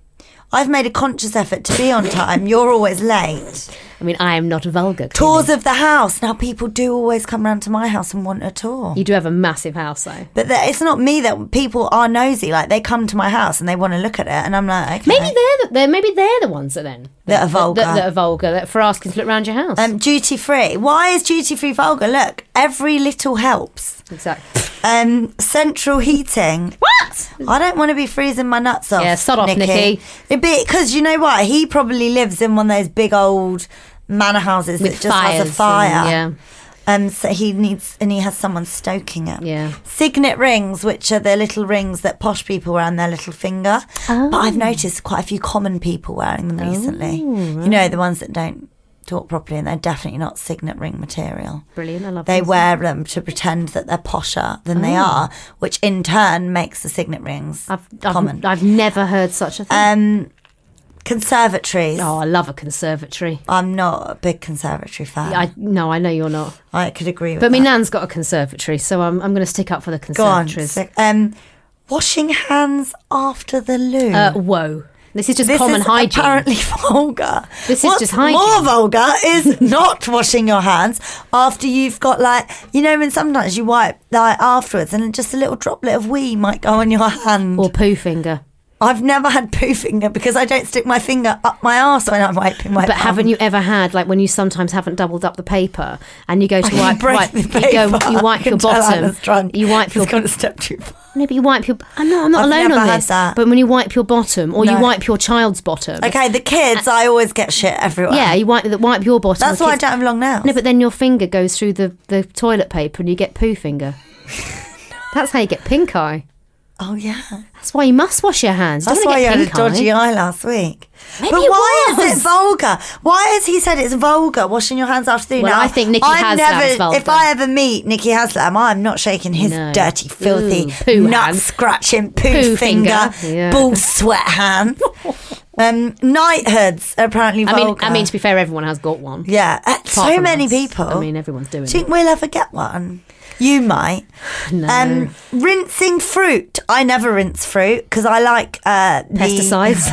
I've made a conscious effort to be on time. You're always late. I mean, I am not vulgar. clearly. Tours of the house. Now people do always come round to my house and want a tour. You do have a massive house, though. But that- it's not me that people are nosy. Like they come to my house and they want to look at it, and I'm like, okay. Maybe they're the, they're maybe they're the ones that then That are vulgar. That, that are vulgar that for asking to look round your house. Um, duty free. Why is duty free vulgar? Look, every little helps. exactly. Um, central heating. What? I don't want to be freezing my nuts off. Yeah, sod off, Nikki. It'd be because you know what? He probably lives in one of those big old manor houses With that just fires has a fire. and- Um, so he needs and he has someone stoking it. Yeah. Signet rings, which are the little rings that posh people wear on their little finger. But Oh. I've noticed quite a few common people wearing them recently. You know, the ones that don't talk properly and they're definitely not signet ring material. Brilliant. I love They those. wear them to pretend that they're posher than they are, which in turn makes the signet rings Oh. I've, common. I've, I've never heard such a thing. um, conservatories. oh, I love a conservatory. I'm not a big conservatory fan. I no, I know you're not. I, could agree with But my that. nan's got a conservatory, so I'm, I'm going to stick up for the Go on. conservatories. So, um, washing hands after the loo. uh, whoa. This is just this common is hygiene. apparently vulgar. This is What's just hygiene. More vulgar is not washing your hands after you've got like you know when sometimes you wipe like afterwards and just a little droplet of wee might go on your hand. or poo finger. I've never had poo finger because I don't stick my finger up my arse when I'm wiping my. But bum. haven't you ever had like when you sometimes haven't doubled up the paper and you go to You wipe, break wipe the you go paper. you I wipe can your tell bottom, Anna's drunk. you wipe She's your gone a step too far. no, but you wipe your. I'm not. I'm not I've alone never on had this. that. But when you wipe your bottom, or No. you wipe your child's bottom. Okay, the kids, I always get shit everywhere. Yeah, you wipe the wipe your bottom. That's the why I kids- don't have long nails. No, but then your finger goes through the, the toilet paper and you get poo finger. That's how you get pink eye. oh yeah, That's why you must wash your hands. You that's don't wanna why you get had a pink eye. dodgy eye last week. Maybe but it why is was. it vulgar? Why has he said it's vulgar washing your hands after the Well, now, I think Nikki I'm Haslam's never, vulgar. If I ever meet Nikki Haslam, I'm not shaking his No. dirty, Ooh, filthy, poo nut hand. scratching, poo, Poo finger, finger. Yeah. bull sweat hand. um, knighthoods are apparently I vulgar. mean, I mean, to be fair, everyone has got one. yeah, uh, Apart so from many us. people. I mean, everyone's doing Do you it. think we'll ever get one? You might. Um, No. rinsing fruit. I never rinse fruit because I like uh, the- Pesticides.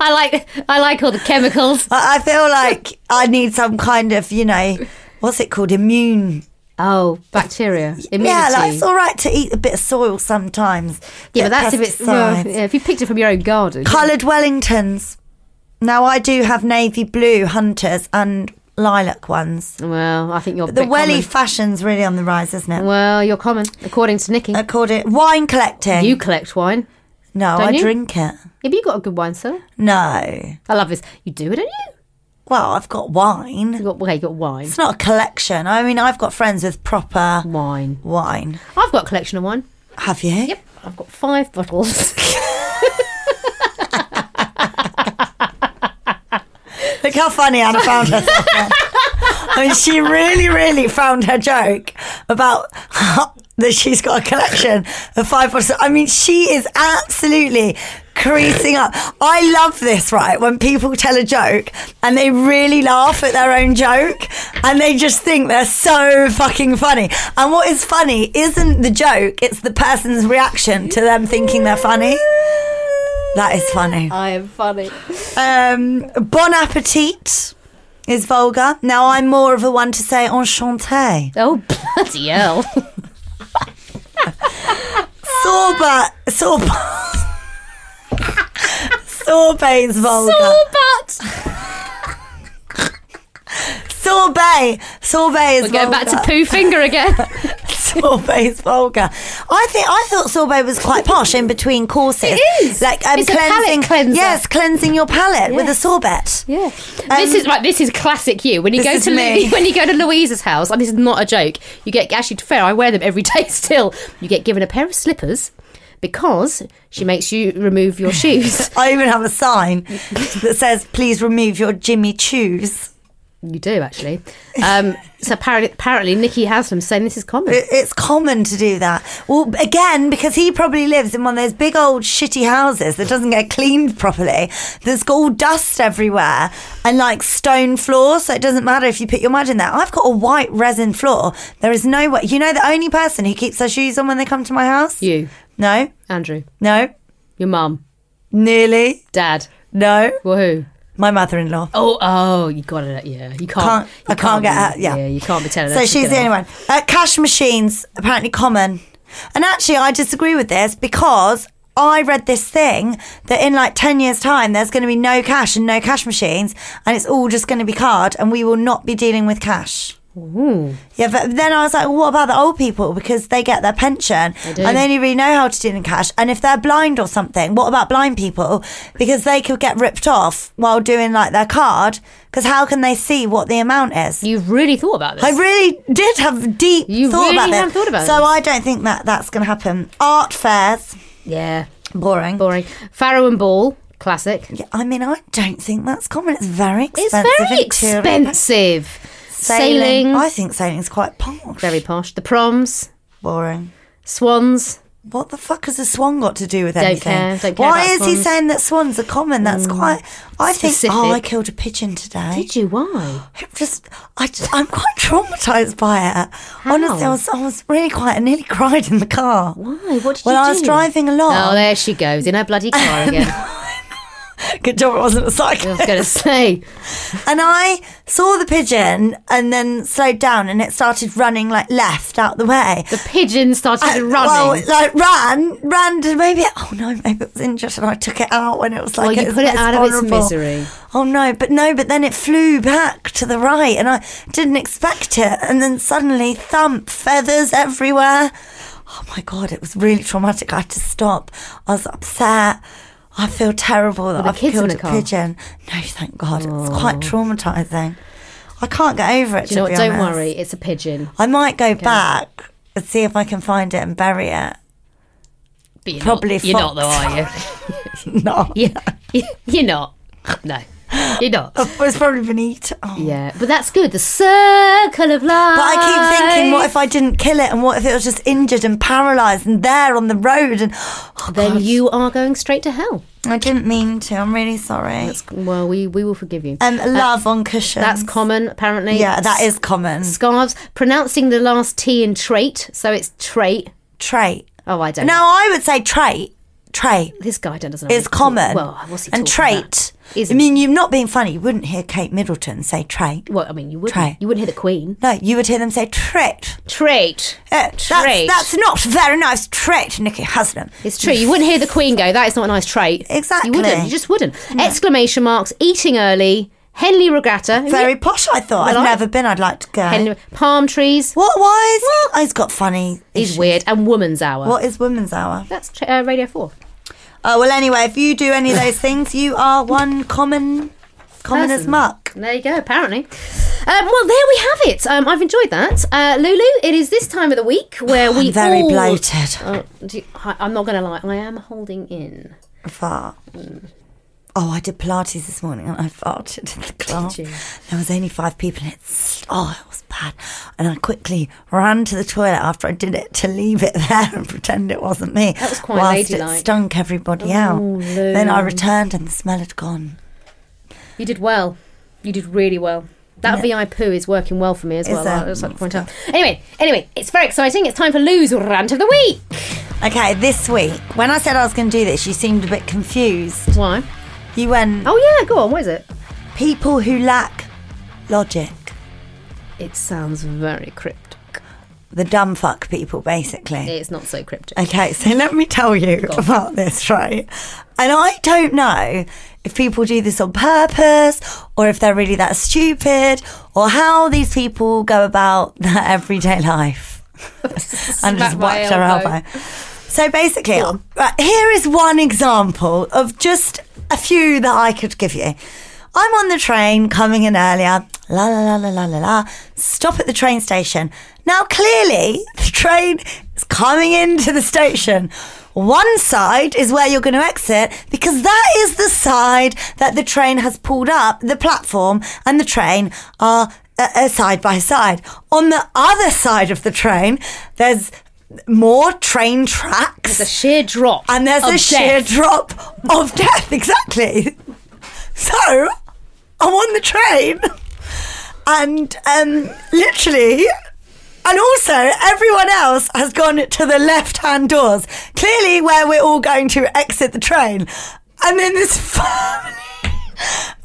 I like I like all the chemicals. I I feel like I need some kind of, you know, what's it called? Immune. Oh, bacteria. Immunity. Yeah, like it's all right to eat a bit of soil sometimes. bit yeah, but that's if it's well, yeah, if you picked it from your own garden. Coloured Wellingtons. Now I do have navy blue hunters and lilac ones. Well, I think you're a But the bit welly common. fashion's really on the rise, isn't it? well, you're common, according to Nikki. I called it wine collecting. you collect wine. no, don't I you? drink it. Have you got a good wine cellar? No. I love this. You do it, don't you? Well, I've got wine. You got well, you got wine. It's not a collection. I mean, I've got friends with proper Wine. wine. I've got a collection of wine. Have you? Yep, I've got five bottles. Look how funny Anna found herself. there. I mean, she really, really found her joke about that she's got a collection of five bottles. I mean, she is absolutely creasing up. I love this, right? When people tell a joke and they really laugh at their own joke and they just think they're so fucking funny. And what is funny isn't the joke, it's the person's reaction to them thinking they're funny. That is funny. I am funny. Um, bon appetit is vulgar. Now I'm more of a one to say enchanté. Oh bloody hell! Sorbet, sorbet, sorbet is vulgar. but Sorbet, sorbet is we're vulgar. going back to poo finger again. sorbet is vulgar. I think I thought sorbet was quite posh in between courses. It is. like um, It's a palate cleansing. cleanser. Yes, cleansing your palate with a sorbet. Yeah, this is right. This is classic you. When you Um, This go is to Lu- me. when you go to Louisa's house, and this is not a joke. You get actually to be fair. I wear them every day still. You get given a pair of slippers because she makes you remove your shoes. I even have a sign that says, "Please remove your Jimmy Choos." you do actually. Um, so apparently, apparently Nikki Haslam's saying this is common. It- It's common to do that. Well, again, because he probably lives in one of those big old shitty houses that doesn't get cleaned properly. There's all dust everywhere and like stone floors, so it doesn't matter if you put your mud in there. I've got a white resin floor. There is no way. You know, the only person who keeps their shoes on when they come to my house? you, No, Andrew, no, your mum, nearly, dad, no. woohoo. My mother in law. Oh, oh, you got it. Yeah, you can't. Can't, you I can't, get be- out. Yeah. you can't be telling. So her to she's get the only off. one. Uh, cash machines apparently common, and actually I disagree with this because I read this thing that in like ten years' time there's going to be no cash and no cash machines, and it's all just going to be card, and we will not be dealing with cash. Yeah, but then I was like, what about the old people? Because they get their pension and they only really know how to do it in cash. And if they're blind or something, what about blind people? Because they could get ripped off while doing like their card. Because how can they see what the amount is? You've really thought about this. I really did have deep You thought really about have this. thought about so this. I don't think that that's going to happen. Art fairs, yeah, boring. boring. Farrow and Ball, classic. Yeah, I mean, I don't think that's common. It's very It's expensive. very in Turin. expensive. Sailing, I think sailing's quite posh. very posh. The proms, boring. swans. What the fuck has a swan got to do with anything? care, don't care Why about is he swans. Mm. saying that swans are common? That's quite. I Specific. think. Oh, I killed a pigeon today. Did you? Why? It just, I just, I'm quite traumatized by it. Honestly, I was, I was really quite. I nearly cried in the car. Why? What did When you I was do? driving along. Oh, there she goes in her bloody car again. Good job, it wasn't a I was cyclist. going to say. And I saw the pigeon and then slowed down, and it started running like left out the way. The pigeon started Uh, running. Well, it, like ran, ran, and maybe it, oh no, maybe it was injured, and I took it out when it was like Well, you was put it most out of its vulnerable. misery. Oh no, but no, but then it flew back to the right, and I didn't expect it, and then suddenly thump, feathers everywhere. Oh my god, it was really traumatic. I had to stop. I was upset. I feel terrible that the I've kids in killed the a car? Oh. pigeon. No, thank God, it was quite traumatizing. I can't get over it. Do you know to what? be Don't honest. worry. It's a pigeon. I might go back and see if I can find it and bury it. But you're Probably not, You're not though, fox. are you? No, you you're not. No. You're not. it's probably been eaten. Oh. Yeah, but that's good. The circle of life. But I keep thinking, what if I didn't kill it, and what if it was just injured and paralysed and there on the road? And oh, Then God, you are going straight to hell. I didn't mean to. I'm really sorry. That's, well, we, we will forgive you. Um, love on cushions. That's common, apparently. Yeah, that is common. Scarves. Pronouncing the last T in trait, so it's trait. Trait. Oh, I don't No, know. I would say trait. Trait This guy don't- doesn't know. what is he's common. talking- Well, what's he and talking about? trait. Is I mean, you're not being funny. You wouldn't hear Kate Middleton say trait. Well, I mean, you wouldn't. Trait. You wouldn't hear the Queen. No, you would hear them say trait. Trait. Uh, Trait. That's, that's not very nice trait, Nikki Haslam. It's true. You wouldn't hear the Queen go, that is not a nice trait. Exactly. You wouldn't. You just wouldn't. Exclamation marks, eating early, Henley Regatta. Very posh, I thought. Well, I've I- never been. I'd like to go. Henley, palm trees what? Why is he? He's got funny. is weird, and woman's hour. What is Women's Hour? That's tr- uh, Radio 4. Oh well. Anyway, if you do any of those things, you are one common, common as Person. muck. There you go, apparently. Um, well, there we have it. Um, I've enjoyed that. Uh, Lulu, it is this time of the week where we Very all- bloated. Oh, do you- I, I'm not going to lie, I am holding in. Fart. Oh, I did Pilates this morning and I farted in the class. you? There was only five people and it. Oh, it was bad. And I quickly ran to the toilet after I did it to leave it there and pretend it wasn't me. That was quite whilst ladylike. Oh, it stunk everybody out. Then I returned and the smell had gone. You did well. You did really well. That VI poo is working well for me as Is well. it? I just like to point out. Anyway, anyway, it's very exciting. It's time for Lou's rant of the week. Okay, this week when I said I was going to do this, you seemed a bit confused. Why? You went Oh yeah, go on. What is it? people who lack logic, It sounds very cryptic. the dumb fuck people, basically. It's not so cryptic. Okay, so let me tell you about this, right? And I don't know if people do this on purpose or if they're really that stupid or how these people go about their everyday life. and just Smack my whack their elbow. elbow. So basically, right, here is one example of just a few that I could give you. I'm on the train coming in earlier. La la la la la la la. Stop at the train station. Now clearly the train is coming into the station. One side is where you're going to exit because that is the side that the train has pulled up. The platform and the train are uh, uh, side by side. On the other side of the train, there's more train tracks. The sheer drop. And there's of a sheer death. drop of death, exactly. So I'm on the train and um, literally, and also everyone else has gone to the left hand doors, clearly where we're all going to exit the train. And then this family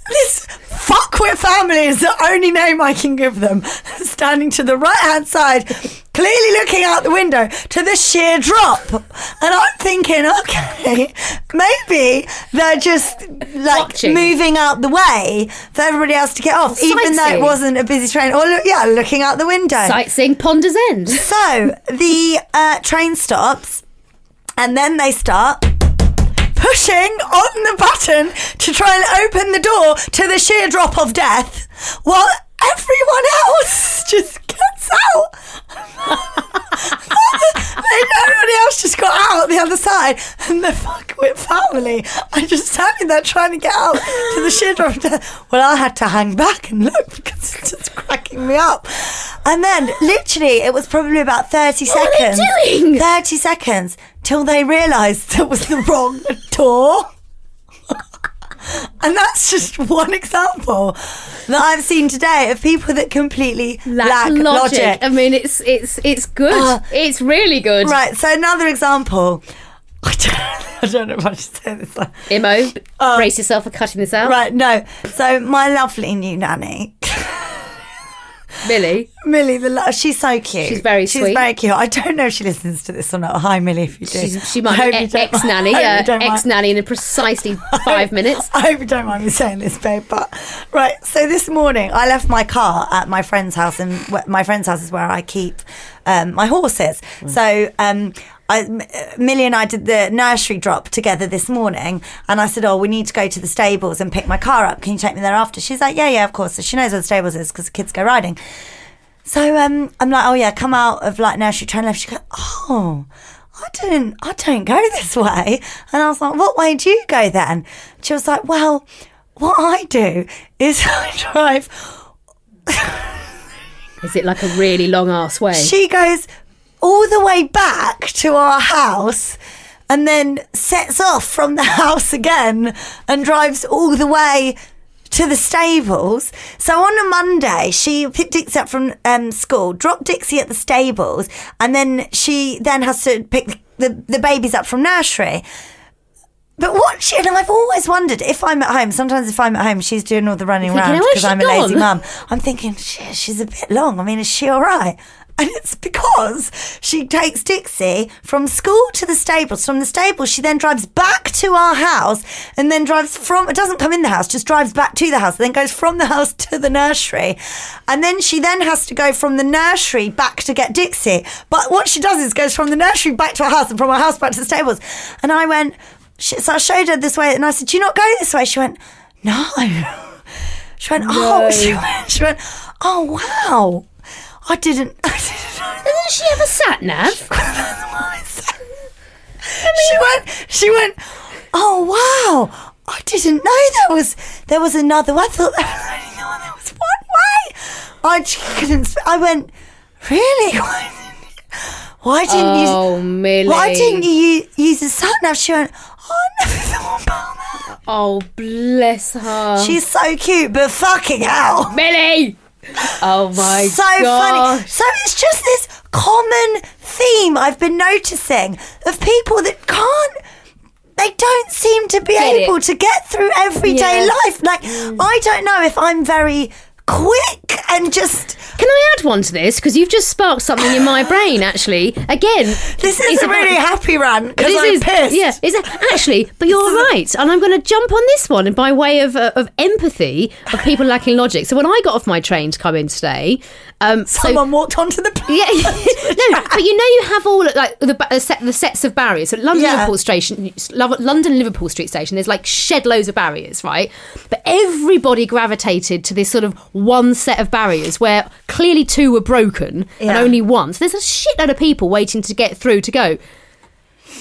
This fuckwit family is the only name I can give them. Standing to the right hand side, clearly looking out the window to the sheer drop. And I'm thinking, okay, maybe they're just like Watching. moving out the way for everybody else to get off, even though it sightseeing. wasn't a busy train. Or, look, yeah, looking out the window. Sightseeing Ponders End. So the uh, train stops, and then they start pushing on the button to try and open the door to the sheer drop of death, while everyone else just gets out. Everybody else just got out the other side, and the fuckwit family are just standing there trying to get out to the sheer drop of death. Well, I had to hang back and look because it's just cracking me up. And then, literally, it was probably about 30 seconds. doing? 30 seconds till they realised it was the wrong door. And that's just one example that I've seen today of people that completely lack, Lack logic. I mean, it's it's it's good. Ah. it's really good. Right, so another example. I don't, I don't know if I should say this. Imo, brace yourself for cutting this out. Uh, Right, no. So my lovely new nanny, Millie, Millie, the lo- she's so cute. She's very she's sweet. very cute. I don't know if she listens to this or not. Hi, Millie, if you do. she's, she I might hope be you don't mind- ex nanny, I hope you yeah, don't mind- ex nanny in a precisely five minutes. I hope you don't mind me saying this, babe. But right, so this morning I left my car at my friend's house, and wh- my friend's house is where I keep um, my horses. Mm. So. Um, I, M- Millie and I did the nursery drop together this morning, and I said, "Oh, we need to go to the stables and pick my car up. Can you take me there after?" She's like, "Yeah, yeah, of course." So she knows where the stables is because the kids go riding. So um, I'm like, "Oh yeah, come out of like nursery, turn left." She goes, "Oh, I didn't, I don't go this way. And I was like, what way do you go then? She was like, well, what I do is I drive. Is it like a really long ass way? She goes all the way back to our house and then sets off from the house again and drives all the way to the stables. So on a Monday, she picked Dixie up from um, school, dropped Dixie at the stables, and then she then has to pick the, the babies up from nursery. But what she and I've always wondered if I'm at home. Sometimes if I'm at home, she's doing all the running You're thinking, around "Where's because she I'm a lazy gone?" mum. I'm thinking she, she's a bit long. I mean, is she all right? And it's because she takes Dixie from school to the stables. From the stables, she then drives back to our house and then drives from, it doesn't come in the house, just drives back to the house, then goes from the house to the nursery. And then she then has to go from the nursery back to get Dixie. But what she does is goes from the nursery back to our house and from our house back to the stables. And I went, she, so I showed her this way and I said, Do you not go this way? She went, No. She went, Oh, she went, she went, Oh, wow. I didn't. I didn't know that." Hasn't she ever sat nav? she went, she went, Oh, wow. I didn't know there was there was another way. I thought there was only one, there was one way. I just couldn't. sp- I went, Really? Why didn't you- Why didn't you? Oh, Millie. Why didn't you u- use the sat nav? She went, oh, I never thought about that. Oh, bless her. She's so cute, but fucking hell. Millie! Oh my so god. funny. So it's just this common theme I've been noticing of people that can't. They don't seem to be Get it. able to get through everyday Yeah. Mm. life. Like I don't know if I'm very quick and just Can I add one to this? Because you've just sparked something in my brain, actually. Again, this it's is a about- really happy rant because This I'm is- pissed. Yeah, is it actually? But you're right, and I'm going to jump on this one, and by way of uh, of empathy of people lacking logic. So when I got off my train to come in today, um, so- Someone walked onto the platform. yeah, no, but you know you have all like the, ba- uh, set, the sets of barriers. So London Yeah. Liverpool station, Lo- London Liverpool Street station. There's like shed loads of barriers, right? But everybody gravitated to this sort of one set of barriers where clearly two were broken and Yeah. only one. So there's a shitload of people waiting to get through to go.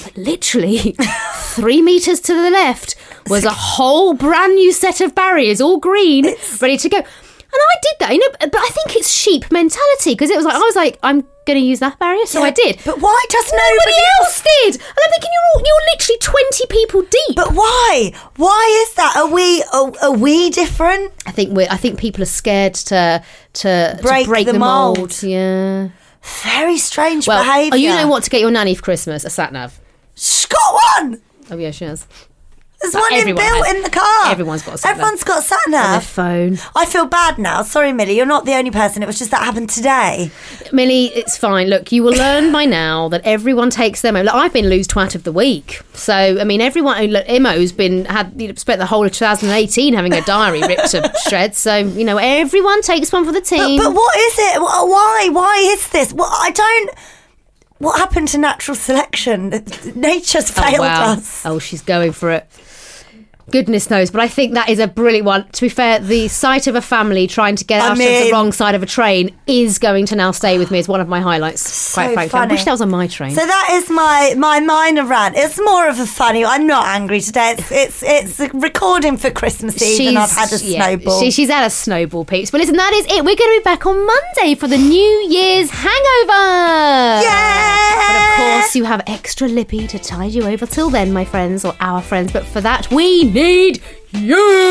But literally three meters to the left was a whole brand new set of barriers, all green, ready to go. And I did that, you know. But I think it's sheep mentality because it was like I was like, I'm going to use that barrier, so I did. But why does nobody Nobody else? else did, and I'm thinking you're all, you're literally twenty people deep. But why? Why is that? Are we are, are we different? I think we are I think people are scared to to Break to break the the, mold. mould. Yeah. Very strange Well, behaviour. oh, you know what to get your nanny for Christmas? A sat nav. She's got one. Oh yeah, she has. There's one Like, in everyone built has- in the car. everyone's got a sat nav. Everyone's got a sat on their nav. phone. I feel bad now. Sorry, Millie. You're not the only person. It was just that happened today. Millie, it's fine. Look, you will learn by now that everyone takes their mo. Look, I've been lose twat of the week. So, I mean, everyone, uh, look, Imo's been, had, you know, spent the whole of 2018 having a diary ripped to shreds. So, you know, everyone takes one for the But, team. but what is it? Wh- Why? Why is this? Well, I don't. What happened to natural selection? Nature's failed wow. us. Oh, she's going for it. Goodness knows, but I think that is a brilliant one. To be fair, the sight of a family trying to get I out of the mean- wrong side of a train is going to now stay with me as one of my highlights. quite frankly, I funny. wish that was on my train. So that is my my minor rant. It's more of a funny. I'm not angry today. It's it's it's a recording for Christmas Eve, and I've had a yeah, snowball. she- she's had a snowball, peeps. But listen, that is it. We're going to be back on Monday for the New Year's hangover. But of yeah. course, you have extra lippy to tide you over till then, my friends, or our friends. But for that, we need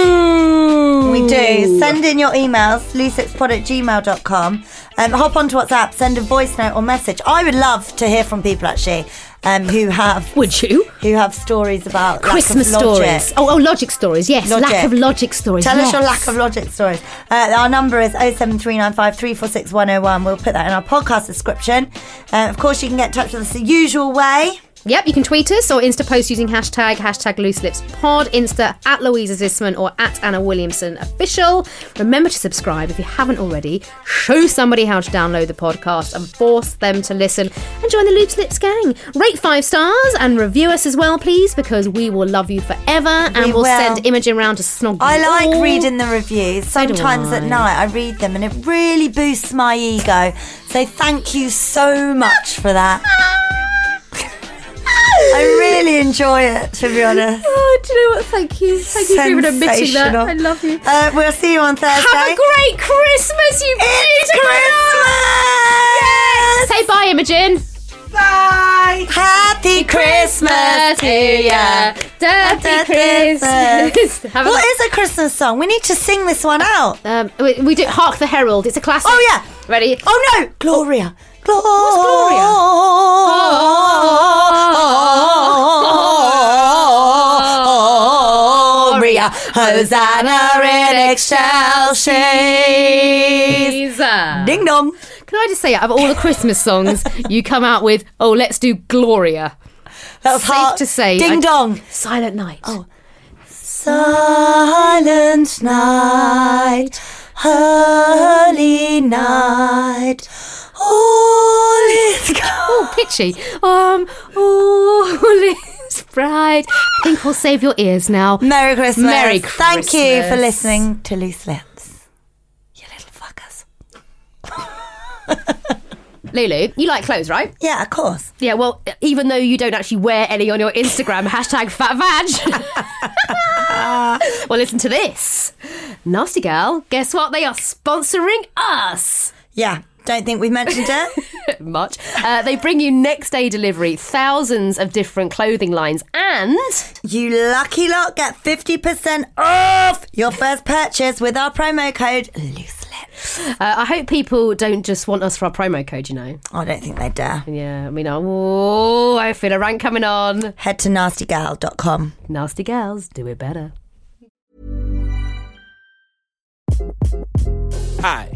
you. We do. Send in your emails, lee6pod at gmail.com. Um, hop onto WhatsApp, send a voice note or message. I would love to hear from people actually um, who have Would you? who have stories about Christmas lack of logic. stories. Oh, oh, logic stories. Yes, lack of logic stories. Tell us your yes. lack of logic stories. Uh, our number is 07395346101. We'll put that in our podcast description. Uh, of course, you can get in touch with us the usual way. Yep, you can tweet us or Insta post using hashtag hashtag loose lips pod, Insta at Louisa Zisman or at Anna Williamson official. Remember to subscribe if you haven't already. Show somebody how to download the podcast and force them to listen and join the Loose Lips gang. Rate five stars and review us as well, please, because we will love you forever and We we'll will. send Imogen round to snog I you like all. reading the reviews. Oh. do Sometimes at I. night I read them and it really boosts my ego. So thank you so much for that. I really enjoy it, to be honest. Oh, do you know what? Thank you. Thank you for even admitting that. Sensational. I love you. Uh, we'll see you on Thursday. Have a great Christmas, you It's beautiful Christmas! Say bye, Imogen. Bye! Happy Christmas! to ya. Dirty Christmas. Have a- What is a Christmas song? We need to sing this one out. um, we, we do Hark the Herald. It's a classic. Oh, yeah. Ready? Oh no! Gloria! Gloria! Gloria? Gloria! Hosanna in excelsis! Jesus. Ding dong! Can I just say, out of all the Christmas songs, you come out with, oh, let's do Gloria. That was Safe hard to say, Ding I- dong! Silent Night. Oh, Silent night, holy night, all is gone. pitchy. Um, oh, it's bright. I think we'll save your ears now. Merry Christmas. Merry Thank you for Christmas. listening to Loose Lips. You little fuckers. Lulu, you like clothes, right? Yeah, of course. Yeah, well, even though you don't actually wear any on your Instagram, hashtag fatvag. well, listen to this. Nasty Gal, guess what? They are sponsoring us. Yeah, don't think we've mentioned it. Much. Uh, they bring you next day delivery, thousands of different clothing lines, and you lucky lot get 50% off your first purchase with our promo code Loose Lips. uh, I hope people don't just want us for our promo code, you know. Oh, I don't think they dare. Yeah, I mean, oh, I feel a rank coming on. Head to nastygal.com. Nasty Gals, do it better. Hi,